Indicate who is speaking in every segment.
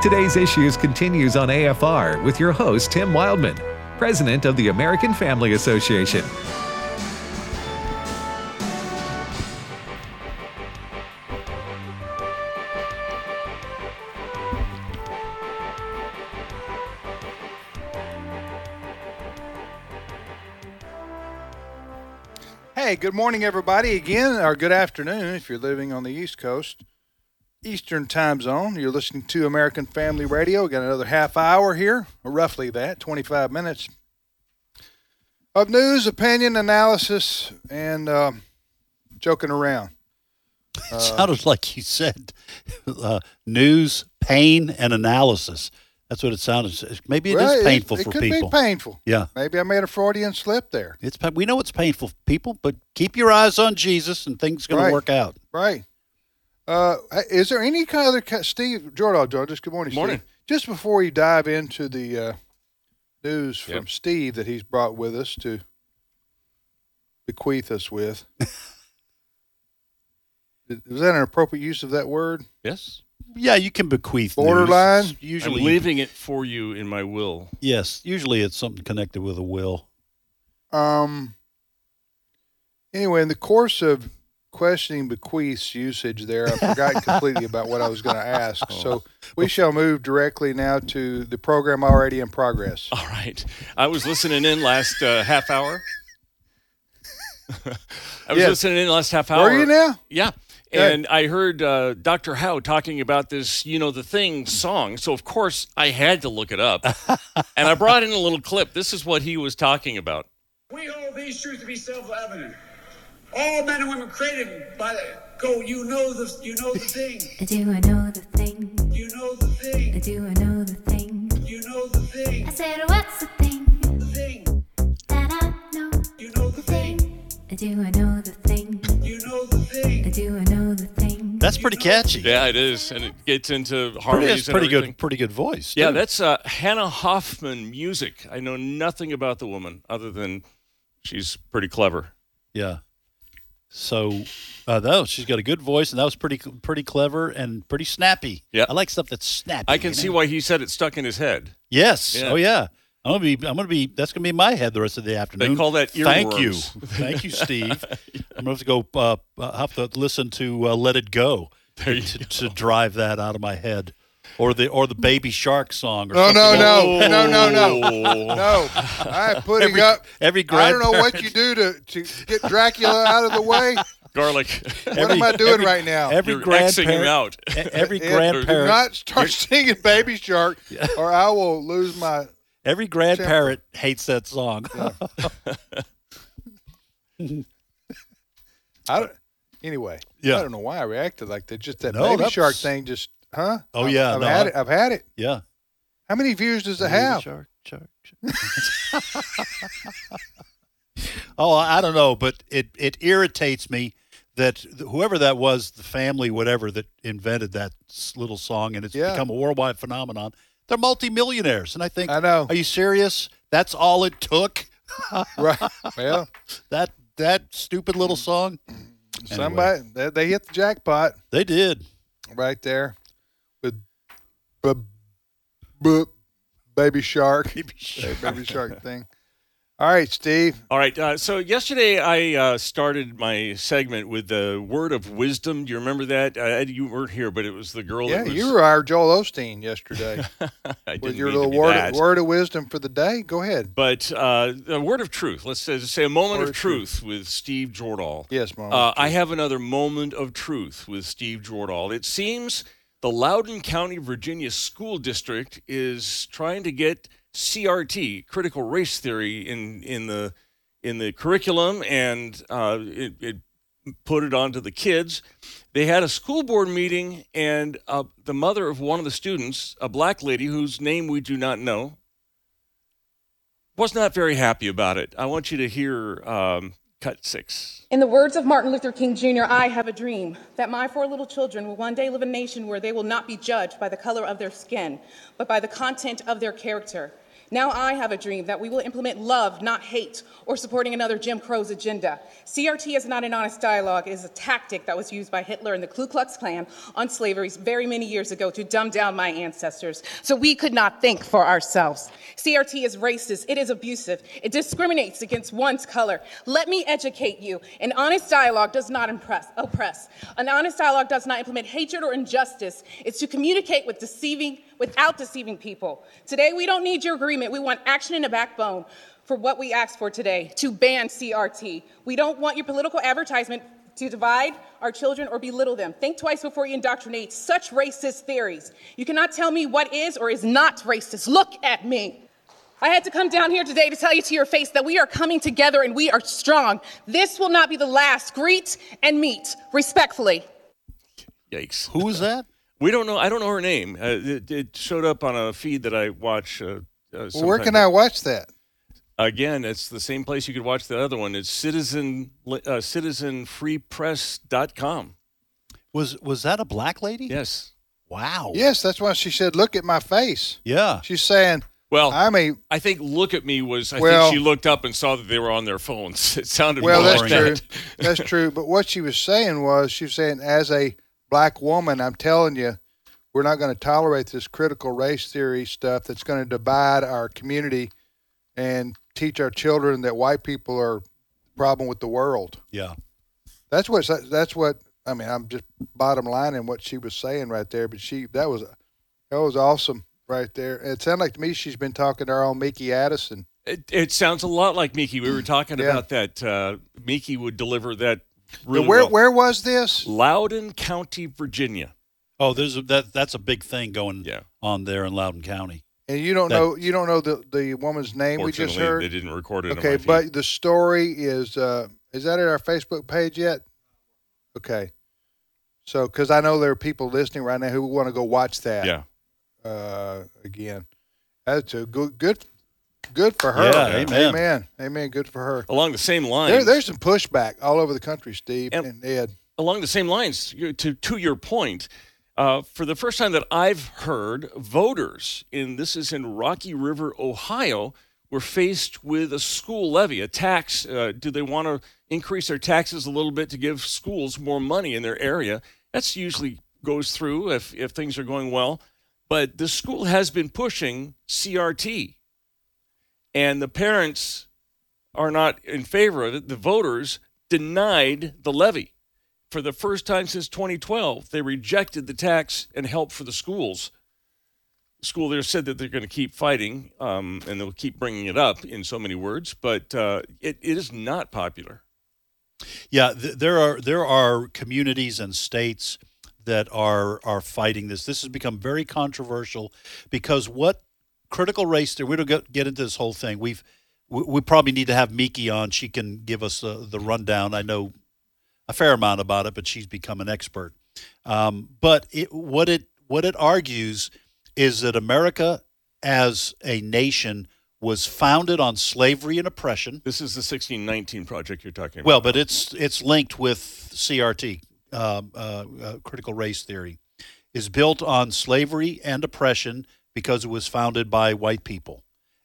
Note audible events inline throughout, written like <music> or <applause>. Speaker 1: Today's Issues continues on AFR with your host, Tim Wildman, President of the American Family Association.
Speaker 2: Hey, good morning, everybody, again, or good afternoon if you're living on the East Coast, Eastern time zone. You're listening to American Family Radio. Got another half hour here, or roughly that, 25 minutes of news, opinion, analysis, and uh, joking around.
Speaker 3: It <laughs> sounded like you said uh, news, pain, and analysis. That's what it sounded. Maybe it is painful
Speaker 2: it,
Speaker 3: for
Speaker 2: could
Speaker 3: people.
Speaker 2: be painful.
Speaker 3: Yeah.
Speaker 2: Maybe I made a Freudian slip there.
Speaker 3: It's pa- we know it's painful for people, but keep your eyes on Jesus, and things going
Speaker 2: Right.
Speaker 3: to work out.
Speaker 2: Right. Uh, is there any kind of other ca- Steve Jordan? Jordan, just good morning.
Speaker 4: Morning.
Speaker 2: Steve. Just before you dive into the uh, news from
Speaker 4: Yep.
Speaker 2: Steve that he's brought with us to bequeath us
Speaker 4: <laughs>
Speaker 2: with, is was that an appropriate use of that word?
Speaker 4: Yes.
Speaker 3: Yeah, you can bequeath. news.
Speaker 2: Borderline?
Speaker 3: It's Usually,
Speaker 4: I'm leaving it for you in my will.
Speaker 3: yes. Usually, it's something connected with a will.
Speaker 2: Um. Anyway, in the course of questioning bequeath's usage, there I
Speaker 4: <laughs>
Speaker 2: forgot completely about what I was going to ask.
Speaker 4: Oh.
Speaker 2: So we shall move directly now to the program already in progress.
Speaker 4: <laughs> All right. I was listening in last uh, half hour. <laughs> I was
Speaker 2: Yes.
Speaker 4: listening in last half hour.
Speaker 2: Were you now?
Speaker 4: Yeah. And I heard uh, Dr. Howe talking about this, you know, the thing song. So, of course, I had to look it <laughs> up. and I brought in a little clip. This is what he was talking about.
Speaker 5: We hold these truths to be self-evident. All men and women created by the go. You know the you know the thing.
Speaker 6: Do I know the thing?
Speaker 5: You know the thing.
Speaker 6: Do I know the thing?
Speaker 5: You know the
Speaker 6: I
Speaker 5: thing.
Speaker 6: said, what's the thing
Speaker 5: The thing.
Speaker 6: that I know?
Speaker 5: You know the thing.
Speaker 6: Do I know the thing?
Speaker 5: You know the thing.
Speaker 6: Do I know the thing?
Speaker 3: That's pretty catchy.
Speaker 4: Yeah, it is. And it gets into
Speaker 3: pretty,
Speaker 4: harmonies
Speaker 3: that's
Speaker 4: and
Speaker 3: pretty
Speaker 4: everything.
Speaker 3: good. Pretty good voice.
Speaker 4: Yeah,
Speaker 3: too.
Speaker 4: that's uh, Hannah Hoffman music. I know nothing about the woman other than she's pretty clever.
Speaker 3: Yeah. So, uh, though she's got a good voice, and that was pretty pretty clever and pretty snappy.
Speaker 4: Yeah.
Speaker 3: I like stuff that's snappy.
Speaker 4: I can
Speaker 3: you
Speaker 4: see
Speaker 3: know?
Speaker 4: why he said it stuck in his head.
Speaker 3: Yes.
Speaker 4: Yeah.
Speaker 3: Oh yeah. I'm gonna be. I'm gonna be. That's gonna be in my head the rest of the afternoon.
Speaker 4: call that
Speaker 3: Thank
Speaker 4: <laughs>
Speaker 3: you.
Speaker 4: earworms.
Speaker 3: Thank you,
Speaker 4: <laughs>
Speaker 3: Steve. I'm gonna have to go. Uh, uh, have to listen to uh, "Let It Go"
Speaker 4: There you
Speaker 3: to, to drive that out of my head, or the or the Baby Shark song. Or
Speaker 2: No, Oh, no,
Speaker 3: something.
Speaker 2: no, no, no, no, <laughs> <laughs>
Speaker 4: Oh.
Speaker 2: no! I'm putting
Speaker 3: Every-
Speaker 2: up.
Speaker 3: every
Speaker 2: I don't know what you do to, to get Dracula out of the way.
Speaker 4: Garlic.
Speaker 2: what am I doing right now?
Speaker 3: Every
Speaker 4: You're Xing him
Speaker 2: <laughs>
Speaker 3: grandparent.
Speaker 4: out.
Speaker 3: e- Every
Speaker 2: Ed, Do
Speaker 3: grandparent.
Speaker 2: not start singing "Baby Shark," or I will lose my.
Speaker 3: Every grandparent hates that song.
Speaker 2: I don't, anyway,
Speaker 3: Yeah.
Speaker 2: I don't know why I reacted like that. Just that
Speaker 3: No,
Speaker 2: Baby
Speaker 3: that's-
Speaker 2: Shark thing. Just huh?
Speaker 3: Oh,
Speaker 2: I've-
Speaker 3: yeah,
Speaker 2: I've
Speaker 3: no,
Speaker 2: had
Speaker 3: I-
Speaker 2: it. I've had it.
Speaker 3: <laughs> yeah.
Speaker 2: How many views does it
Speaker 3: Baby
Speaker 2: have?
Speaker 3: Shark, shark, shark. oh, I I don't know, but it it irritates me that th- whoever that was, the family, whatever that invented that s- little song, and it's
Speaker 2: Yeah.
Speaker 3: become a worldwide phenomenon. They're multimillionaires, and I think
Speaker 2: I know.
Speaker 3: Are you serious? That's all it took.
Speaker 2: <laughs> Right.
Speaker 3: <laughs>
Speaker 2: Well,
Speaker 3: That that stupid little
Speaker 2: Mm.
Speaker 3: song.
Speaker 2: somebody they, they hit the jackpot
Speaker 3: They did.
Speaker 2: right there with b- b- Baby Shark. That Baby Shark thing. All right, Steve.
Speaker 4: All right. Uh, so yesterday I uh, started my segment with the word of wisdom. Do you remember that? Uh, Ed, you weren't here, but it was the girl.
Speaker 2: Yeah,
Speaker 4: that was,
Speaker 2: you were our Joel Osteen yesterday
Speaker 4: I <laughs> didn't
Speaker 2: with your
Speaker 4: mean to
Speaker 2: little
Speaker 4: be
Speaker 2: word,
Speaker 4: that.
Speaker 2: word of wisdom for the day. Go ahead.
Speaker 4: But uh, a word of truth. Let's say, say a moment
Speaker 2: Word
Speaker 4: of
Speaker 2: of truth.
Speaker 4: truth, with Steve Jordahl.
Speaker 2: Yes, Mom.
Speaker 4: Uh, I have another moment of truth with Steve Jordahl. It seems the Loudoun County, Virginia school district is trying to get CRT, critical race theory, in in the in the curriculum, and uh, it, it put it onto the kids. They had a school board meeting, and uh, the mother of one of the students, a black lady whose name we do not know, was not very happy about it. I want you to hear um, cut six.
Speaker 7: In the words of Martin Luther King Jr., I have a dream that my four little children will one day live in a nation where they will not be judged by the color of their skin, but by the content of their character. Now I have a dream that we will implement love, not hate, or supporting another Jim Crow's agenda. CRT is not an honest dialogue, it is a tactic that was used by Hitler and the Ku Klux Klan on slavery very many years ago to dumb down my ancestors so we could not think for ourselves. CRT is racist, it is abusive, it discriminates against one's color. Let me educate you. An honest dialogue does not impress, oppress. An honest dialogue does not implement hatred or injustice. It's to communicate with deceiving without deceiving people. Today we don't need your agreement. We want action and a backbone for what we asked for today, to ban CRT. We don't want your political advertisement to divide our children or belittle them. Think twice before you indoctrinate such racist theories. You cannot tell me what is or is not racist. Look at me. I had to come down here today to tell you to your face that we are coming together and we are strong. This will not be the last. Greet and meet respectfully.
Speaker 4: Yikes.
Speaker 3: Who is that?
Speaker 4: We don't know. I don't know her name. Uh, it, it showed up on a feed that I watch. Uh, uh,
Speaker 2: Well, where
Speaker 4: sometime
Speaker 2: can I watch that?
Speaker 4: again, it's the same place you could watch the other one. It's citizen uh, citizenfreepress.com.
Speaker 3: Was was that a black lady?
Speaker 4: Yes. Oh.
Speaker 3: Wow.
Speaker 2: Yes, that's why she said, "Look at my face."
Speaker 3: Yeah.
Speaker 2: She's saying,
Speaker 4: Well,
Speaker 2: "I'm a
Speaker 4: I think look at me was I
Speaker 2: Well-
Speaker 4: think she looked up and saw that they were on their phones. <laughs> It sounded
Speaker 2: well."
Speaker 4: more
Speaker 2: That's
Speaker 4: like
Speaker 2: true.
Speaker 4: that.
Speaker 2: <laughs> that's true. But what she was saying was, she was saying, "As a black woman, I'm telling you, we're not going to tolerate this critical race theory stuff that's going to divide our community and teach our children that white people are the problem with the world."
Speaker 3: Yeah.
Speaker 2: That's what. That's what. I mean, I'm just bottom line in what she was saying right there. But she, that was, that was awesome right there. It sounded like to me she's been talking to our own Mickey Addison.
Speaker 4: It, it sounds a lot like Miki. We were talking
Speaker 2: Mm, Yeah.
Speaker 4: about that. Uh, Miki would deliver that really
Speaker 2: Now, where
Speaker 4: well.
Speaker 2: where was this?
Speaker 4: Loudoun County, Virginia.
Speaker 3: Oh, there's a, that. That's a big thing going
Speaker 4: Yeah.
Speaker 3: on there in Loudon County.
Speaker 2: And you don't
Speaker 3: That-
Speaker 2: know. You don't know the the woman's name we just
Speaker 4: Fortunately, they
Speaker 2: heard.
Speaker 4: didn't record it. on
Speaker 2: Okay,
Speaker 4: my feed.
Speaker 2: but the story is uh is that at our Facebook page yet? Okay. So, because I know there are people listening right now who want to go watch that
Speaker 4: yeah,
Speaker 2: uh, again. That's a good, good, good for her.
Speaker 3: Yeah, amen.
Speaker 2: amen, Amen. Good for her.
Speaker 4: along the same lines.
Speaker 2: There, there's some pushback all over the country, Steve
Speaker 4: And-
Speaker 2: and Ed.
Speaker 4: along the same lines you- to to your point uh, for the first time that I've heard voters in this is in Rocky River Ohio were faced with a school levy a tax uh, do they want to increase their taxes a little bit to give schools more money in their area that's usually goes through if if things are going well but the school has been pushing CRT and the parents are not in favor of it the voters denied the levy for the first time since 2012, they rejected the tax and help for the schools. The school there said that they're going to keep fighting, um, and they'll keep bringing it up in so many words, but uh, it, it is not popular.
Speaker 3: Yeah, th- there are there are communities and states that are are fighting this. This has become very controversial because what critical race theory. We don't get, get into this whole thing. We've we, we probably need to have Miki on. She can give us uh, the rundown. I know a fair amount about it, but she's become an expert. Um, but it, what it what it argues is that America as a nation was founded on slavery and oppression.
Speaker 4: This is the 1619 project you're talking about.
Speaker 3: Well, but it's it's linked with CRT, um, uh, uh, critical race theory, is built on slavery and oppression because it was founded by white people,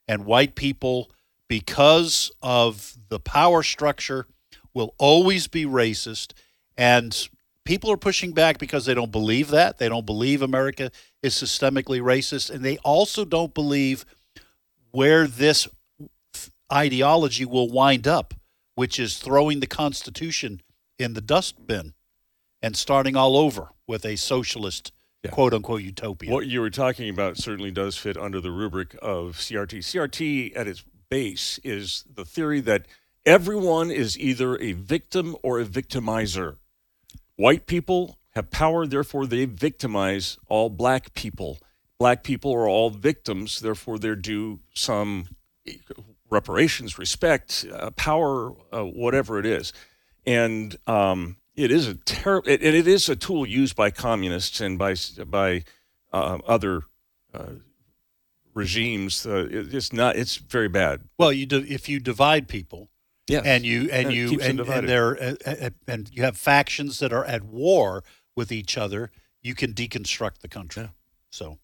Speaker 3: and white people, because of the power structure, will always be racist, and people are pushing back because they don't believe that they don't believe America is systemically racist, and they also don't believe where this ideology will wind up, which is throwing the Constitution in the dustbin and starting all over with a socialist, quote unquote, utopia.
Speaker 4: What you were talking about certainly does fit under the rubric of CRT. CRT at its base is the theory that everyone is either a victim or a victimizer. White people have power, therefore they victimize all black people. Black people are all victims, therefore they're due some reparations, respect, uh, power, uh, whatever it is. And um, it is a terrible, it, it is a tool used by communists and by s- by uh, other uh, regimes. Uh, it, it's not. It's very bad.
Speaker 3: well, you do, if you divide people
Speaker 4: Yeah.
Speaker 3: and you and
Speaker 4: And it
Speaker 3: you
Speaker 4: keeps them
Speaker 3: and, and
Speaker 4: divided.
Speaker 3: they're uh, uh, and you have factions that are at war with each other, you can deconstruct the country. So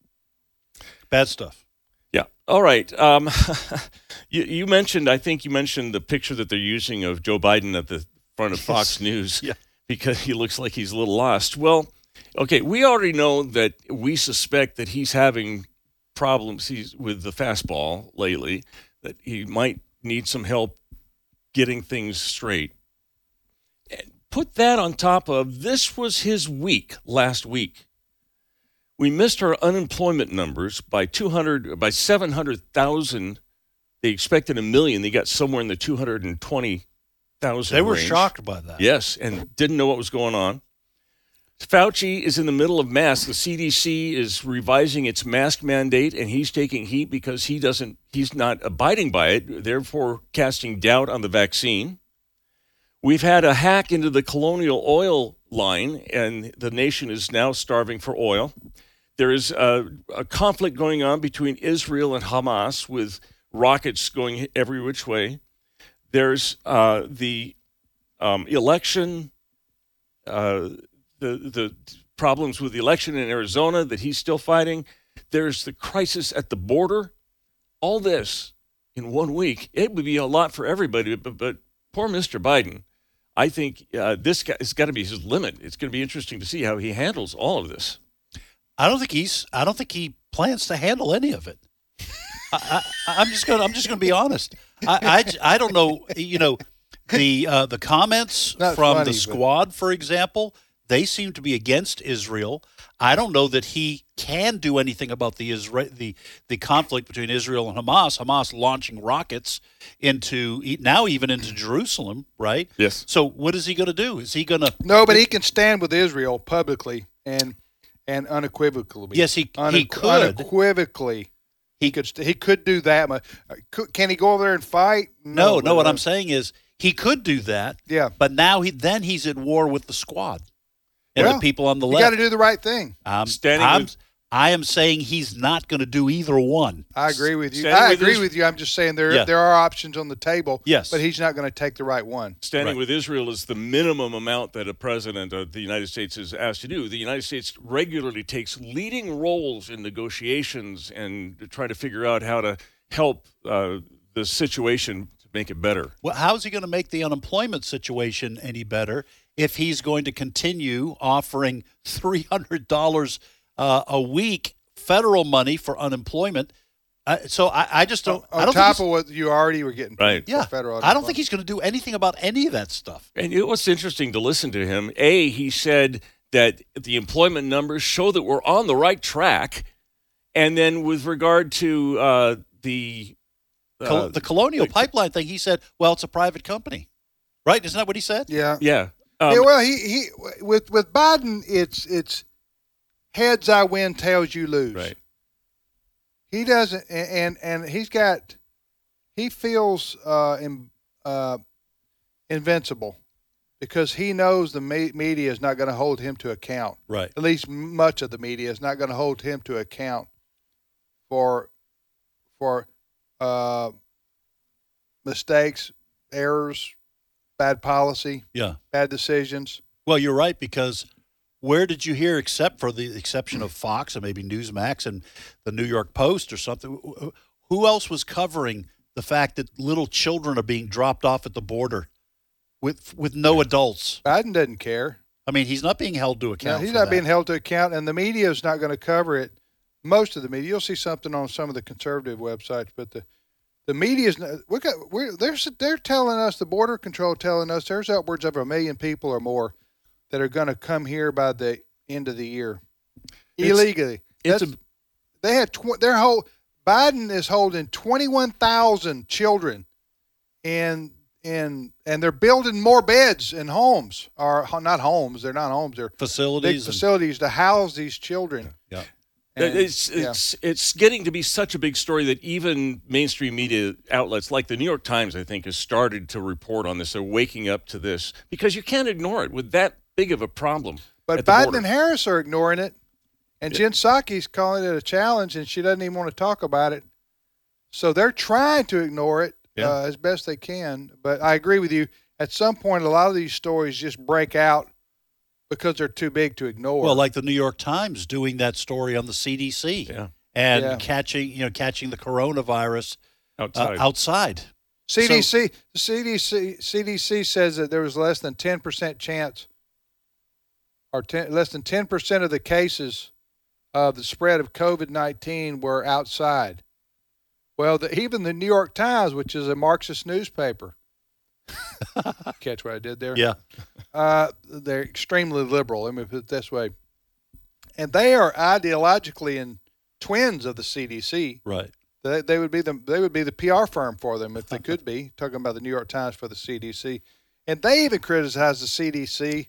Speaker 3: bad stuff.
Speaker 4: Yeah. All right. Um, <laughs> you, you mentioned, I think you mentioned the picture that they're using of Joe Biden at the front of Fox News
Speaker 3: Yeah.
Speaker 4: <laughs> because he looks like he's a little lost. Well, okay, we already know that we suspect that he's having problems he's, with the fastball lately, that he might need some help getting things straight. And Put that on top of this was his week last week we missed our unemployment numbers by 200 by 700,000 they expected a million they got somewhere in the 220,000
Speaker 3: They were
Speaker 4: range.
Speaker 3: shocked by that.
Speaker 4: yes and didn't know what was going on Fauci is in the middle of masks. The CDC is revising its mask mandate, and he's taking heat because he doesn't. He's not abiding by it, therefore casting doubt on the vaccine. We've had a hack into the colonial oil line, and the nation is now starving for oil. There is a, a conflict going on between Israel and Hamas with rockets going every which way. There's uh, the um, election, uh, the, the problems with the election in Arizona that he's still fighting. There's the crisis at the border. All this in one week, it would be a lot for everybody, but, but poor Mr. Biden. I think uh, this guy has got to be his limit. It's going to be interesting to see how he handles all of this.
Speaker 3: I don't think he's. I don't think he plans to handle any of it. I, I, I'm just gonna. I'm just gonna be honest. I, I j- I don't know. You know, the uh, the comments
Speaker 2: Not
Speaker 3: from
Speaker 2: funny,
Speaker 3: the
Speaker 2: but-
Speaker 3: squad, for example, they seem to be against Israel. I don't know that he can do anything about the Isra- the the conflict between Israel and Hamas. Hamas launching rockets into e- now even into Jerusalem, right?
Speaker 4: Yes.
Speaker 3: So what is he going to do? Is he going to
Speaker 2: No, but he can stand with Israel publicly and and unequivocally.
Speaker 3: Yes, he- he
Speaker 2: Unequ-
Speaker 3: could.
Speaker 2: unequivocally. He could st- he could do that. mu- uh, could- Can he go over there and fight?
Speaker 3: No, no. What
Speaker 2: uh,
Speaker 3: I'm saying is he could do that.
Speaker 2: Yeah.
Speaker 3: But now he then he's at war with the squad and
Speaker 2: Well,
Speaker 3: the people on the
Speaker 2: you got to
Speaker 3: left.
Speaker 2: do the right thing.
Speaker 3: I'm,
Speaker 4: Standing
Speaker 3: I'm,
Speaker 4: with-
Speaker 3: I am saying he's not going to do either one.
Speaker 2: I agree with you.
Speaker 4: Standing
Speaker 2: I
Speaker 4: with
Speaker 2: agree
Speaker 4: Isr-
Speaker 2: with you. I'm just saying there
Speaker 3: Yeah.
Speaker 2: there are options on the table.
Speaker 3: Yes.
Speaker 2: but he's not going to take the right one.
Speaker 4: Standing
Speaker 3: Right.
Speaker 4: with Israel is the minimum amount that a president of the United States is asked to do. The United States regularly takes leading roles in negotiations and to try to figure out how to help uh, the situation to make it better.
Speaker 3: Well, how is he going to make the unemployment situation any better if he's going to continue offering three hundred dollars uh, a week federal money for unemployment? Uh, so I, I just don't. I
Speaker 2: On
Speaker 3: don't
Speaker 2: top of
Speaker 3: think
Speaker 2: what you already were getting,
Speaker 4: Right.
Speaker 2: for
Speaker 3: he's- yeah,
Speaker 2: federal.
Speaker 3: I don't think he's going to do anything about any of that stuff.
Speaker 4: And it was interesting to listen to him. A, he said that the employment numbers show that we're on the right track. And then with regard to uh, the
Speaker 3: Col-
Speaker 4: uh,
Speaker 3: the colonial pipeline thing, he said, well, it's a private company. Right? Isn't that what he said?
Speaker 2: Yeah,
Speaker 4: yeah. Um,
Speaker 2: yeah. Well, he he with with Biden, it's it's heads I win, tails you lose.
Speaker 4: right.
Speaker 2: he doesn't a- and and he's got he feels uh, in, uh invincible because he knows the me- media is not going to hold him to account
Speaker 3: Right.
Speaker 2: at least much of the media is not going to hold him to account for for uh mistakes errors bad policy
Speaker 3: Yeah.
Speaker 2: bad decisions
Speaker 3: Well, you're right because where did you hear, except for the exception of Fox and maybe Newsmax and the New York Post or something, wh- wh- who else was covering the fact that little children are being dropped off at the border with with no adults?
Speaker 2: biden doesn't care
Speaker 3: I mean, he's not being held to
Speaker 2: No,
Speaker 3: account.
Speaker 2: he's
Speaker 3: for
Speaker 2: not
Speaker 3: that.
Speaker 2: being held to account, and the media is not going to cover it. Most of the media, you'll see something on some of the conservative websites, but the the media's not, we got we're they're s- they're telling us the border control telling us there's upwards of a million people or more that are going to come here by the end of the year
Speaker 4: It's-
Speaker 2: illegally.
Speaker 4: it's
Speaker 2: That's-
Speaker 4: a-
Speaker 2: they had tw- their whole Biden is holding twenty one thousand children, and and and they're building more beds and homes or ho- not homes they're not homes they're
Speaker 3: facilities.
Speaker 2: big
Speaker 3: and-
Speaker 2: facilities to house these children.
Speaker 3: yeah.
Speaker 2: And-
Speaker 4: it's it's it's getting to be such a big story that even mainstream media outlets like the New York Times, I think, has started to report on this. They're waking up to this because you can't ignore it with that big of a problem.
Speaker 2: but
Speaker 4: at the
Speaker 2: Biden
Speaker 4: border.
Speaker 2: and Harris are ignoring it, and Jen Psaki's calling it a challenge, and she doesn't even want to talk about it. So they're trying to ignore it
Speaker 3: Yeah.
Speaker 2: uh, as best they can. But I agree with you. At some point, a lot of these stories just break out because they're too big to ignore.
Speaker 3: Well, like the New York Times doing that story on the CDC.
Speaker 4: Yeah.
Speaker 3: and
Speaker 2: Yeah.
Speaker 3: catching you know catching the coronavirus uh,
Speaker 4: outside.
Speaker 3: outside.
Speaker 2: CDC CDC CDC says that there was less than 10% chance or 10, less than 10% of the cases of the spread of COVID-19 were outside. Well, the, even the New York Times, which is a Marxist newspaper, catch what I did there?
Speaker 3: Yeah,
Speaker 2: Uh, they're extremely liberal. Let me put it this way. And they are ideologically in twins of the CDC.
Speaker 3: right.
Speaker 2: They, they would be the they would be the PR firm for them if they could
Speaker 3: <laughs>
Speaker 2: be talking about the New York Times for the CDC, and they even criticize the CDC,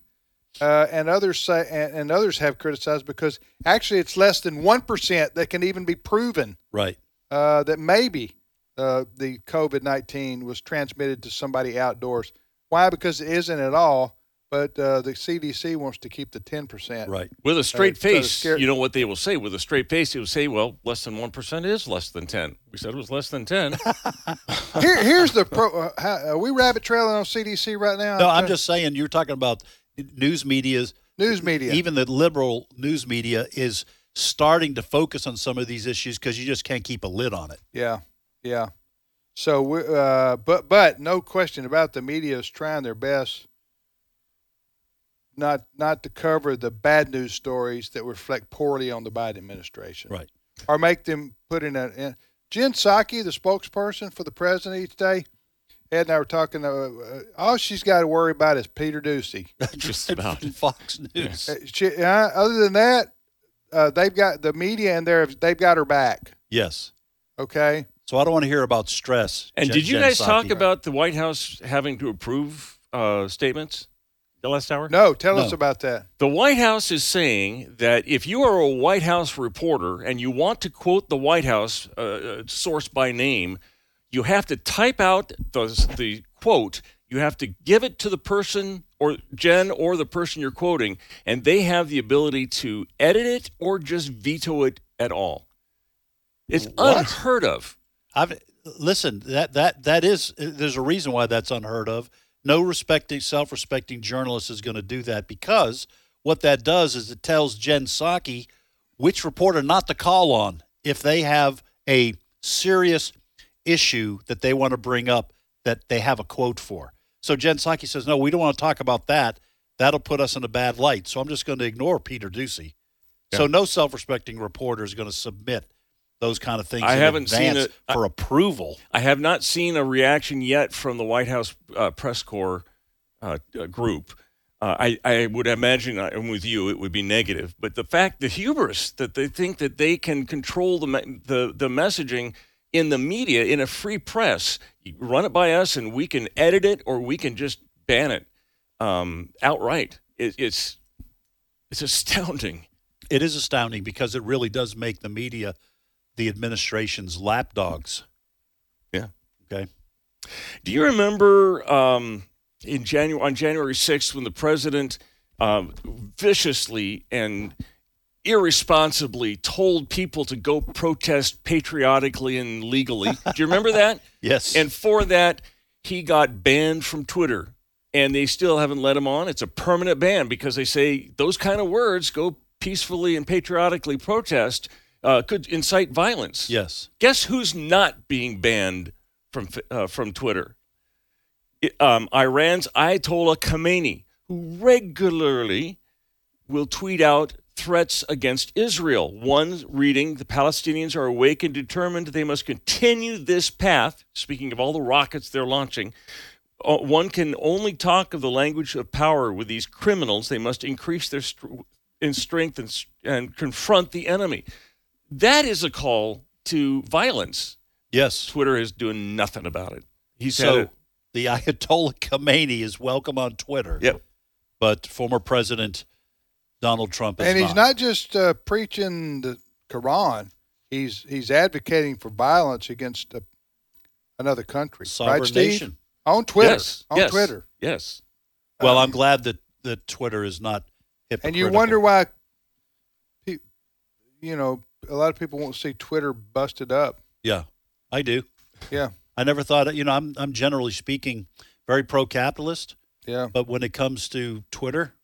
Speaker 2: uh, and others say and, and others have criticized because actually it's less than one percent that can even be proven
Speaker 3: Right.
Speaker 2: uh, that maybe uh, the COVID nineteen was transmitted to somebody outdoors. Why? Because it isn't at all. But uh, the CDC wants to keep the ten percent.
Speaker 3: Right.
Speaker 4: With a straight
Speaker 2: so it's
Speaker 4: face,
Speaker 2: scary.
Speaker 4: you know what they will say. With a straight face, they will say, "Well, less than one percent is less than ten. We said it was less
Speaker 3: <laughs>
Speaker 4: than ten.
Speaker 2: Here, here's the pro. Uh, how, are we rabbit trailing on CDC right now?
Speaker 3: No, I'm just saying you're talking about news media's
Speaker 2: news media.
Speaker 3: even the liberal news media is starting to focus on some of these issues because you just can't keep a lid on it.
Speaker 2: Yeah, yeah. So we, uh, but but no question about the media is trying their best not not to cover the bad news stories that reflect poorly on the Biden administration,
Speaker 3: Right.
Speaker 2: Or make them put in a. In. Jen Psaki, the spokesperson for the president each day, Ed and I were talking. Uh, uh, all she's got to worry about is Peter
Speaker 3: <laughs>
Speaker 2: Ducey.
Speaker 4: Just about.
Speaker 3: Fox News.
Speaker 2: Uh, she, uh, other than that, uh, they've got the media and their they've got her back.
Speaker 3: Yes.
Speaker 2: Okay.
Speaker 3: So I don't want to hear about stress.
Speaker 4: And
Speaker 3: Jen-
Speaker 4: did you
Speaker 3: Jen
Speaker 4: guys
Speaker 3: Psaki.
Speaker 4: talk about the White House having to approve uh, statements the last hour?
Speaker 2: No, tell us
Speaker 3: No.
Speaker 2: about that.
Speaker 4: The White House is saying that if you are a White House reporter and you want to quote the White House uh, uh, source by name, you have to type out the, the quote. You have to give it to the person or Jen or the person you're quoting, and they have the ability to edit it or just veto it at all. It's
Speaker 3: What?
Speaker 4: unheard of.
Speaker 3: I've listen. That that that is. There's a reason why that's unheard of. No respecting, self-respecting journalist is going to do that because what that does is it tells Jen Psaki which reporter not to call on if they have a serious issue that they want to bring up that they have a quote for. So Jen Psaki says, "No, we don't want to talk about that. That'll put us in a bad light. So I'm just going to ignore Peter Ducey." So no self-respecting reporter is going to submit those kind of things.
Speaker 4: I
Speaker 3: in
Speaker 4: haven't seen
Speaker 3: advance
Speaker 4: it. I-
Speaker 3: for approval.
Speaker 4: I have not seen a reaction yet from the White House uh, press corps uh, uh, group. Uh, I, I would imagine I, am with you. It would be negative, but the fact, the hubris that they think that they can control the me- the, the messaging in the media in a free press, you run it by us, and we can edit it or we can just ban it um, outright. It, it's it's astounding.
Speaker 3: It is astounding because it really does make the media the administration's lapdogs.
Speaker 4: Yeah.
Speaker 3: Okay.
Speaker 4: Do you remember um, in January on January 6th when the president um, viciously and irresponsibly told people to go protest patriotically and legally? Do you remember that?
Speaker 3: <laughs> Yes.
Speaker 4: And for that, he got banned from Twitter, and they still haven't let him on. It's a permanent ban because they say those kind of words go peacefully and patriotically protest uh, could incite violence.
Speaker 3: yes.
Speaker 4: Guess who's not being banned from uh, from Twitter? I- um, Iran's Ayatollah Khomeini, who regularly will tweet out threats against Israel. One reading: "The Palestinians are awake and determined they must continue this path." Speaking of all the rockets they're launching. uh, One can only talk of the language of power with these criminals. They must increase their str- in strength and, s- and confront the enemy that is a call to violence.
Speaker 3: Yes.
Speaker 4: Twitter is doing nothing about it. He's had
Speaker 3: So
Speaker 4: it.
Speaker 3: the Ayatollah Khomeini is welcome on Twitter.
Speaker 4: Yep.
Speaker 3: But former President Donald Trump is
Speaker 2: and he's not just uh, preaching the Quran. He's he's advocating for violence against a, another country,
Speaker 3: Sovereign
Speaker 2: right, Steve?
Speaker 3: nation.
Speaker 2: On Twitter,
Speaker 4: Yes.
Speaker 2: on
Speaker 4: yes.
Speaker 2: Twitter.
Speaker 4: Yes.
Speaker 3: Well,
Speaker 2: Um,
Speaker 3: I'm glad that, that Twitter is not hypocritical.
Speaker 2: And you wonder why, pe- you know, a lot of people won't see Twitter busted up.
Speaker 3: Yeah. I do.
Speaker 2: Yeah,
Speaker 3: I never thought, you know, I'm, I'm generally speaking very pro capitalist.
Speaker 2: yeah.
Speaker 3: But when it comes to Twitter,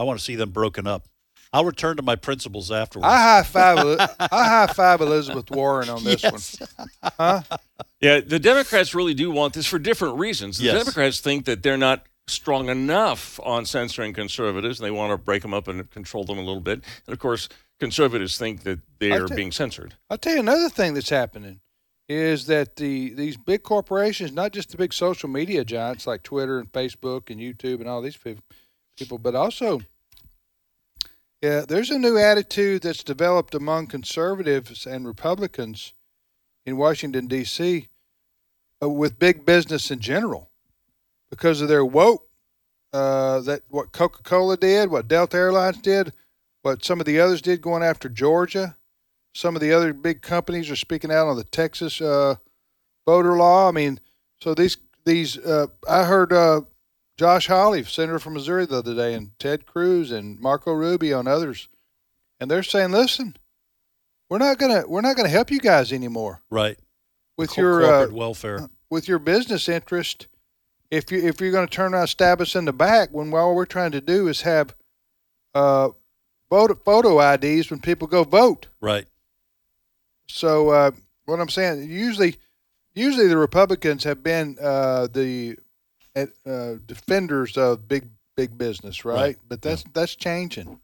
Speaker 3: I want to see them broken up. I'll return to my principles afterwards.
Speaker 2: I high five. I high five Elizabeth Warren on
Speaker 3: <laughs>
Speaker 2: this one.
Speaker 4: Yeah, the Democrats really do want this for different reasons. The
Speaker 3: Yes.
Speaker 4: Democrats think that they're not strong enough on censoring conservatives, and they want to break them up and control them a little bit. And of course, conservatives think that they are
Speaker 2: ta-
Speaker 4: being censored.
Speaker 2: I'll tell you another thing that's happening is that the these big corporations, not just the big social media giants like Twitter and Facebook and YouTube and all these peop- people, but also yeah, there's a new attitude that's developed among conservatives and Republicans in Washington D.C. uh, with big business in general because of their woke. Uh, that what Coca Cola did, what Delta Airlines did, what some of the others did going after Georgia some of the other big companies are speaking out on the Texas uh, voter law. I mean, so these these uh, I heard uh, Josh Hawley, senator from Missouri, the other day, and Ted Cruz and Marco Rubio and others, and they're saying, "Listen, we're not gonna we're not gonna help you guys anymore
Speaker 3: right.
Speaker 2: with
Speaker 3: Co-
Speaker 2: your uh,
Speaker 3: corporate welfare.
Speaker 2: with your business interest if you if you're going to turn around and stab us in the back when all we're trying to do is have uh, voter photo IDs when people go vote."
Speaker 3: Right.
Speaker 2: So uh, what I'm saying, usually, usually the Republicans have been uh, the uh, defenders of big big business, right?
Speaker 3: Right.
Speaker 2: But that's that's changing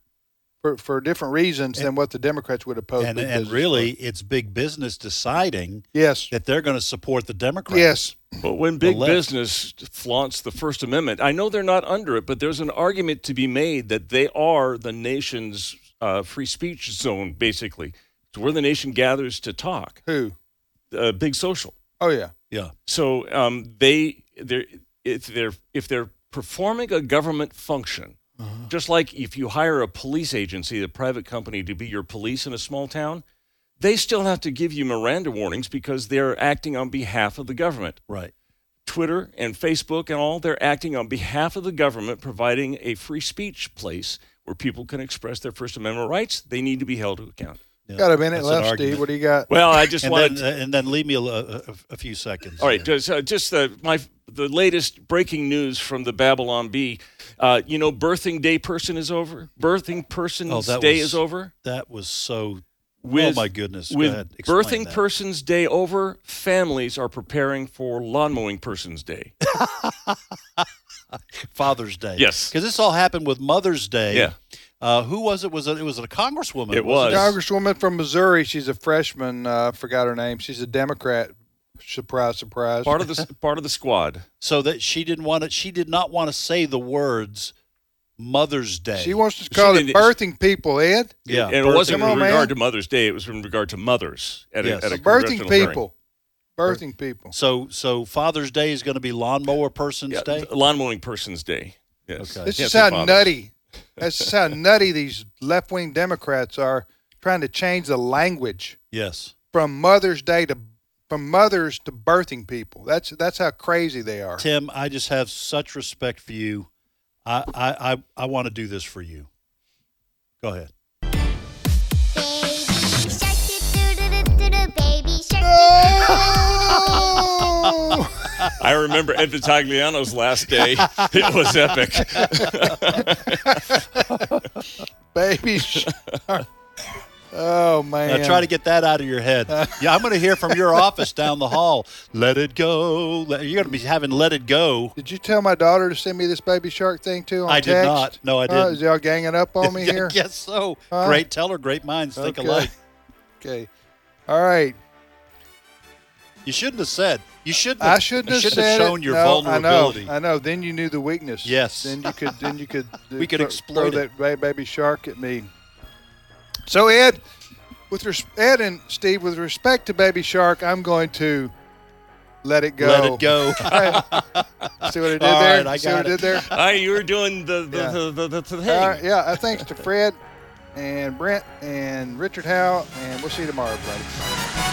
Speaker 2: for for different reasons than what the Democrats would oppose.
Speaker 3: And,
Speaker 2: big
Speaker 3: and
Speaker 2: business
Speaker 3: really, it's big business deciding
Speaker 2: for. yes,
Speaker 3: that they're going to support the Democrats.
Speaker 2: yes,
Speaker 4: But when big
Speaker 3: left.
Speaker 4: business flaunts the First Amendment, I know they're not under it, but there's an argument to be made that they are the nation's uh, free speech zone, basically. It's where the nation gathers to talk.
Speaker 2: who?
Speaker 4: Uh, big social.
Speaker 2: Oh yeah,
Speaker 3: Yeah.
Speaker 4: So um, they they're if they're if they're performing a government function, just like if you hire a police agency, a private company to be your police in a small town, they still have to give you Miranda warnings because they're acting on behalf of the government.
Speaker 3: Right.
Speaker 4: Twitter and Facebook and all they're acting on behalf of the government, providing a free speech place where people can express their First Amendment rights. They need to be held to account.
Speaker 3: Yeah.
Speaker 2: got a minute
Speaker 3: That's an
Speaker 2: left,
Speaker 3: argument.
Speaker 2: Steve. What do you got?
Speaker 4: Well, I just
Speaker 3: and,
Speaker 4: wanted
Speaker 3: then, uh, and then leave me a, a, a few seconds.
Speaker 4: All right, just, uh, just the, my the latest breaking news from the Babylon Bee. Uh, you know, birthing day person is over. Birthing person's
Speaker 3: Oh, that
Speaker 4: day
Speaker 3: was-
Speaker 4: is over.
Speaker 3: That was so.
Speaker 4: With-
Speaker 3: oh my goodness. Go
Speaker 4: With
Speaker 3: ahead, explain
Speaker 4: birthing
Speaker 3: that.
Speaker 4: person's day over, families are preparing for lawn mowing person's day.
Speaker 3: Father's Day.
Speaker 4: Yes.
Speaker 3: Because this all happened with Mother's Day.
Speaker 4: Yeah.
Speaker 3: Uh, who was it? Was it? It was a congresswoman.
Speaker 4: It
Speaker 3: wasn't
Speaker 4: was.
Speaker 2: Congresswoman from Missouri. She's a freshman. Uh, forgot her name. She's a Democrat. Surprise, surprise.
Speaker 4: Part of the part of the squad.
Speaker 3: So that she didn't want to. She did not want to say the words Mother's Day.
Speaker 2: she wants to call it
Speaker 4: didn't-
Speaker 2: birthing people, Ed.
Speaker 3: Yeah.
Speaker 4: and it wasn't
Speaker 2: Come
Speaker 4: in
Speaker 2: on, man.
Speaker 4: regard to Mother's Day. It was in regard to mothers at
Speaker 3: Yes.
Speaker 4: a, at
Speaker 2: Birthing
Speaker 4: a congressional hearing.
Speaker 2: people. Birthing people.
Speaker 3: so so Father's Day is going to be lawnmower person's
Speaker 4: Yeah,
Speaker 3: day.
Speaker 4: lawn mowing person's day. Yes.
Speaker 3: Okay.
Speaker 2: This
Speaker 4: Can't
Speaker 2: is
Speaker 4: say
Speaker 2: how
Speaker 3: <laughs>
Speaker 4: fathers.
Speaker 2: nutty. This is how nutty these left wing Democrats are trying to change the language
Speaker 3: Yes.
Speaker 2: from Mother's Day to from mothers to birthing people. That's that's how crazy they
Speaker 3: <laughs>
Speaker 2: are. <laughs>
Speaker 3: Tim, I just have such respect for you. I I I, I want to do this for you. Go ahead.
Speaker 2: No!
Speaker 4: I remember Ed Vitagliano's
Speaker 2: <laughs>
Speaker 4: last day. It was epic.
Speaker 2: Baby shark. Oh man.
Speaker 3: Now try to get that out of your head. yeah, I'm going to hear from your office down the hall. Let it go. Let- You're going to be having "Let It Go."
Speaker 2: Did you tell my daughter to send me this baby shark thing too? On
Speaker 3: I did
Speaker 2: text?
Speaker 3: not. No,
Speaker 2: Huh?
Speaker 3: I didn't.
Speaker 2: is y'all ganging up
Speaker 3: <laughs>
Speaker 2: on me
Speaker 3: I
Speaker 2: here?
Speaker 3: guess so.
Speaker 2: Huh?
Speaker 3: Great teller, great minds think alike.
Speaker 2: okay. All right.
Speaker 3: You shouldn't have said. You shouldn't.
Speaker 2: I
Speaker 3: have-
Speaker 2: shouldn't
Speaker 3: you
Speaker 2: have
Speaker 3: shouldn't
Speaker 2: said
Speaker 3: have shown
Speaker 2: it.
Speaker 3: your
Speaker 2: No,
Speaker 3: vulnerability.
Speaker 2: I know. I know. Then you knew the weakness.
Speaker 3: Yes.
Speaker 2: Then you could. Then you could.
Speaker 3: <laughs> We could
Speaker 2: throw-
Speaker 3: exploit
Speaker 2: throw that
Speaker 3: it.
Speaker 2: ba- baby shark at me. So Ed, with res- Ed and Steve, with respect to baby shark, I'm going to let it go.
Speaker 3: Let
Speaker 2: <laughs>
Speaker 3: it go.
Speaker 2: See what I did
Speaker 3: All
Speaker 2: there?
Speaker 3: right, I
Speaker 2: See what
Speaker 3: got
Speaker 2: I
Speaker 3: it.
Speaker 2: did there?
Speaker 4: All right, you were doing the the,
Speaker 2: Yeah.
Speaker 4: <laughs> the, the, the, the thing.
Speaker 2: All right, yeah. uh, Thanks to Fred and Brent and Richard Howe, and we'll see you tomorrow, everybody.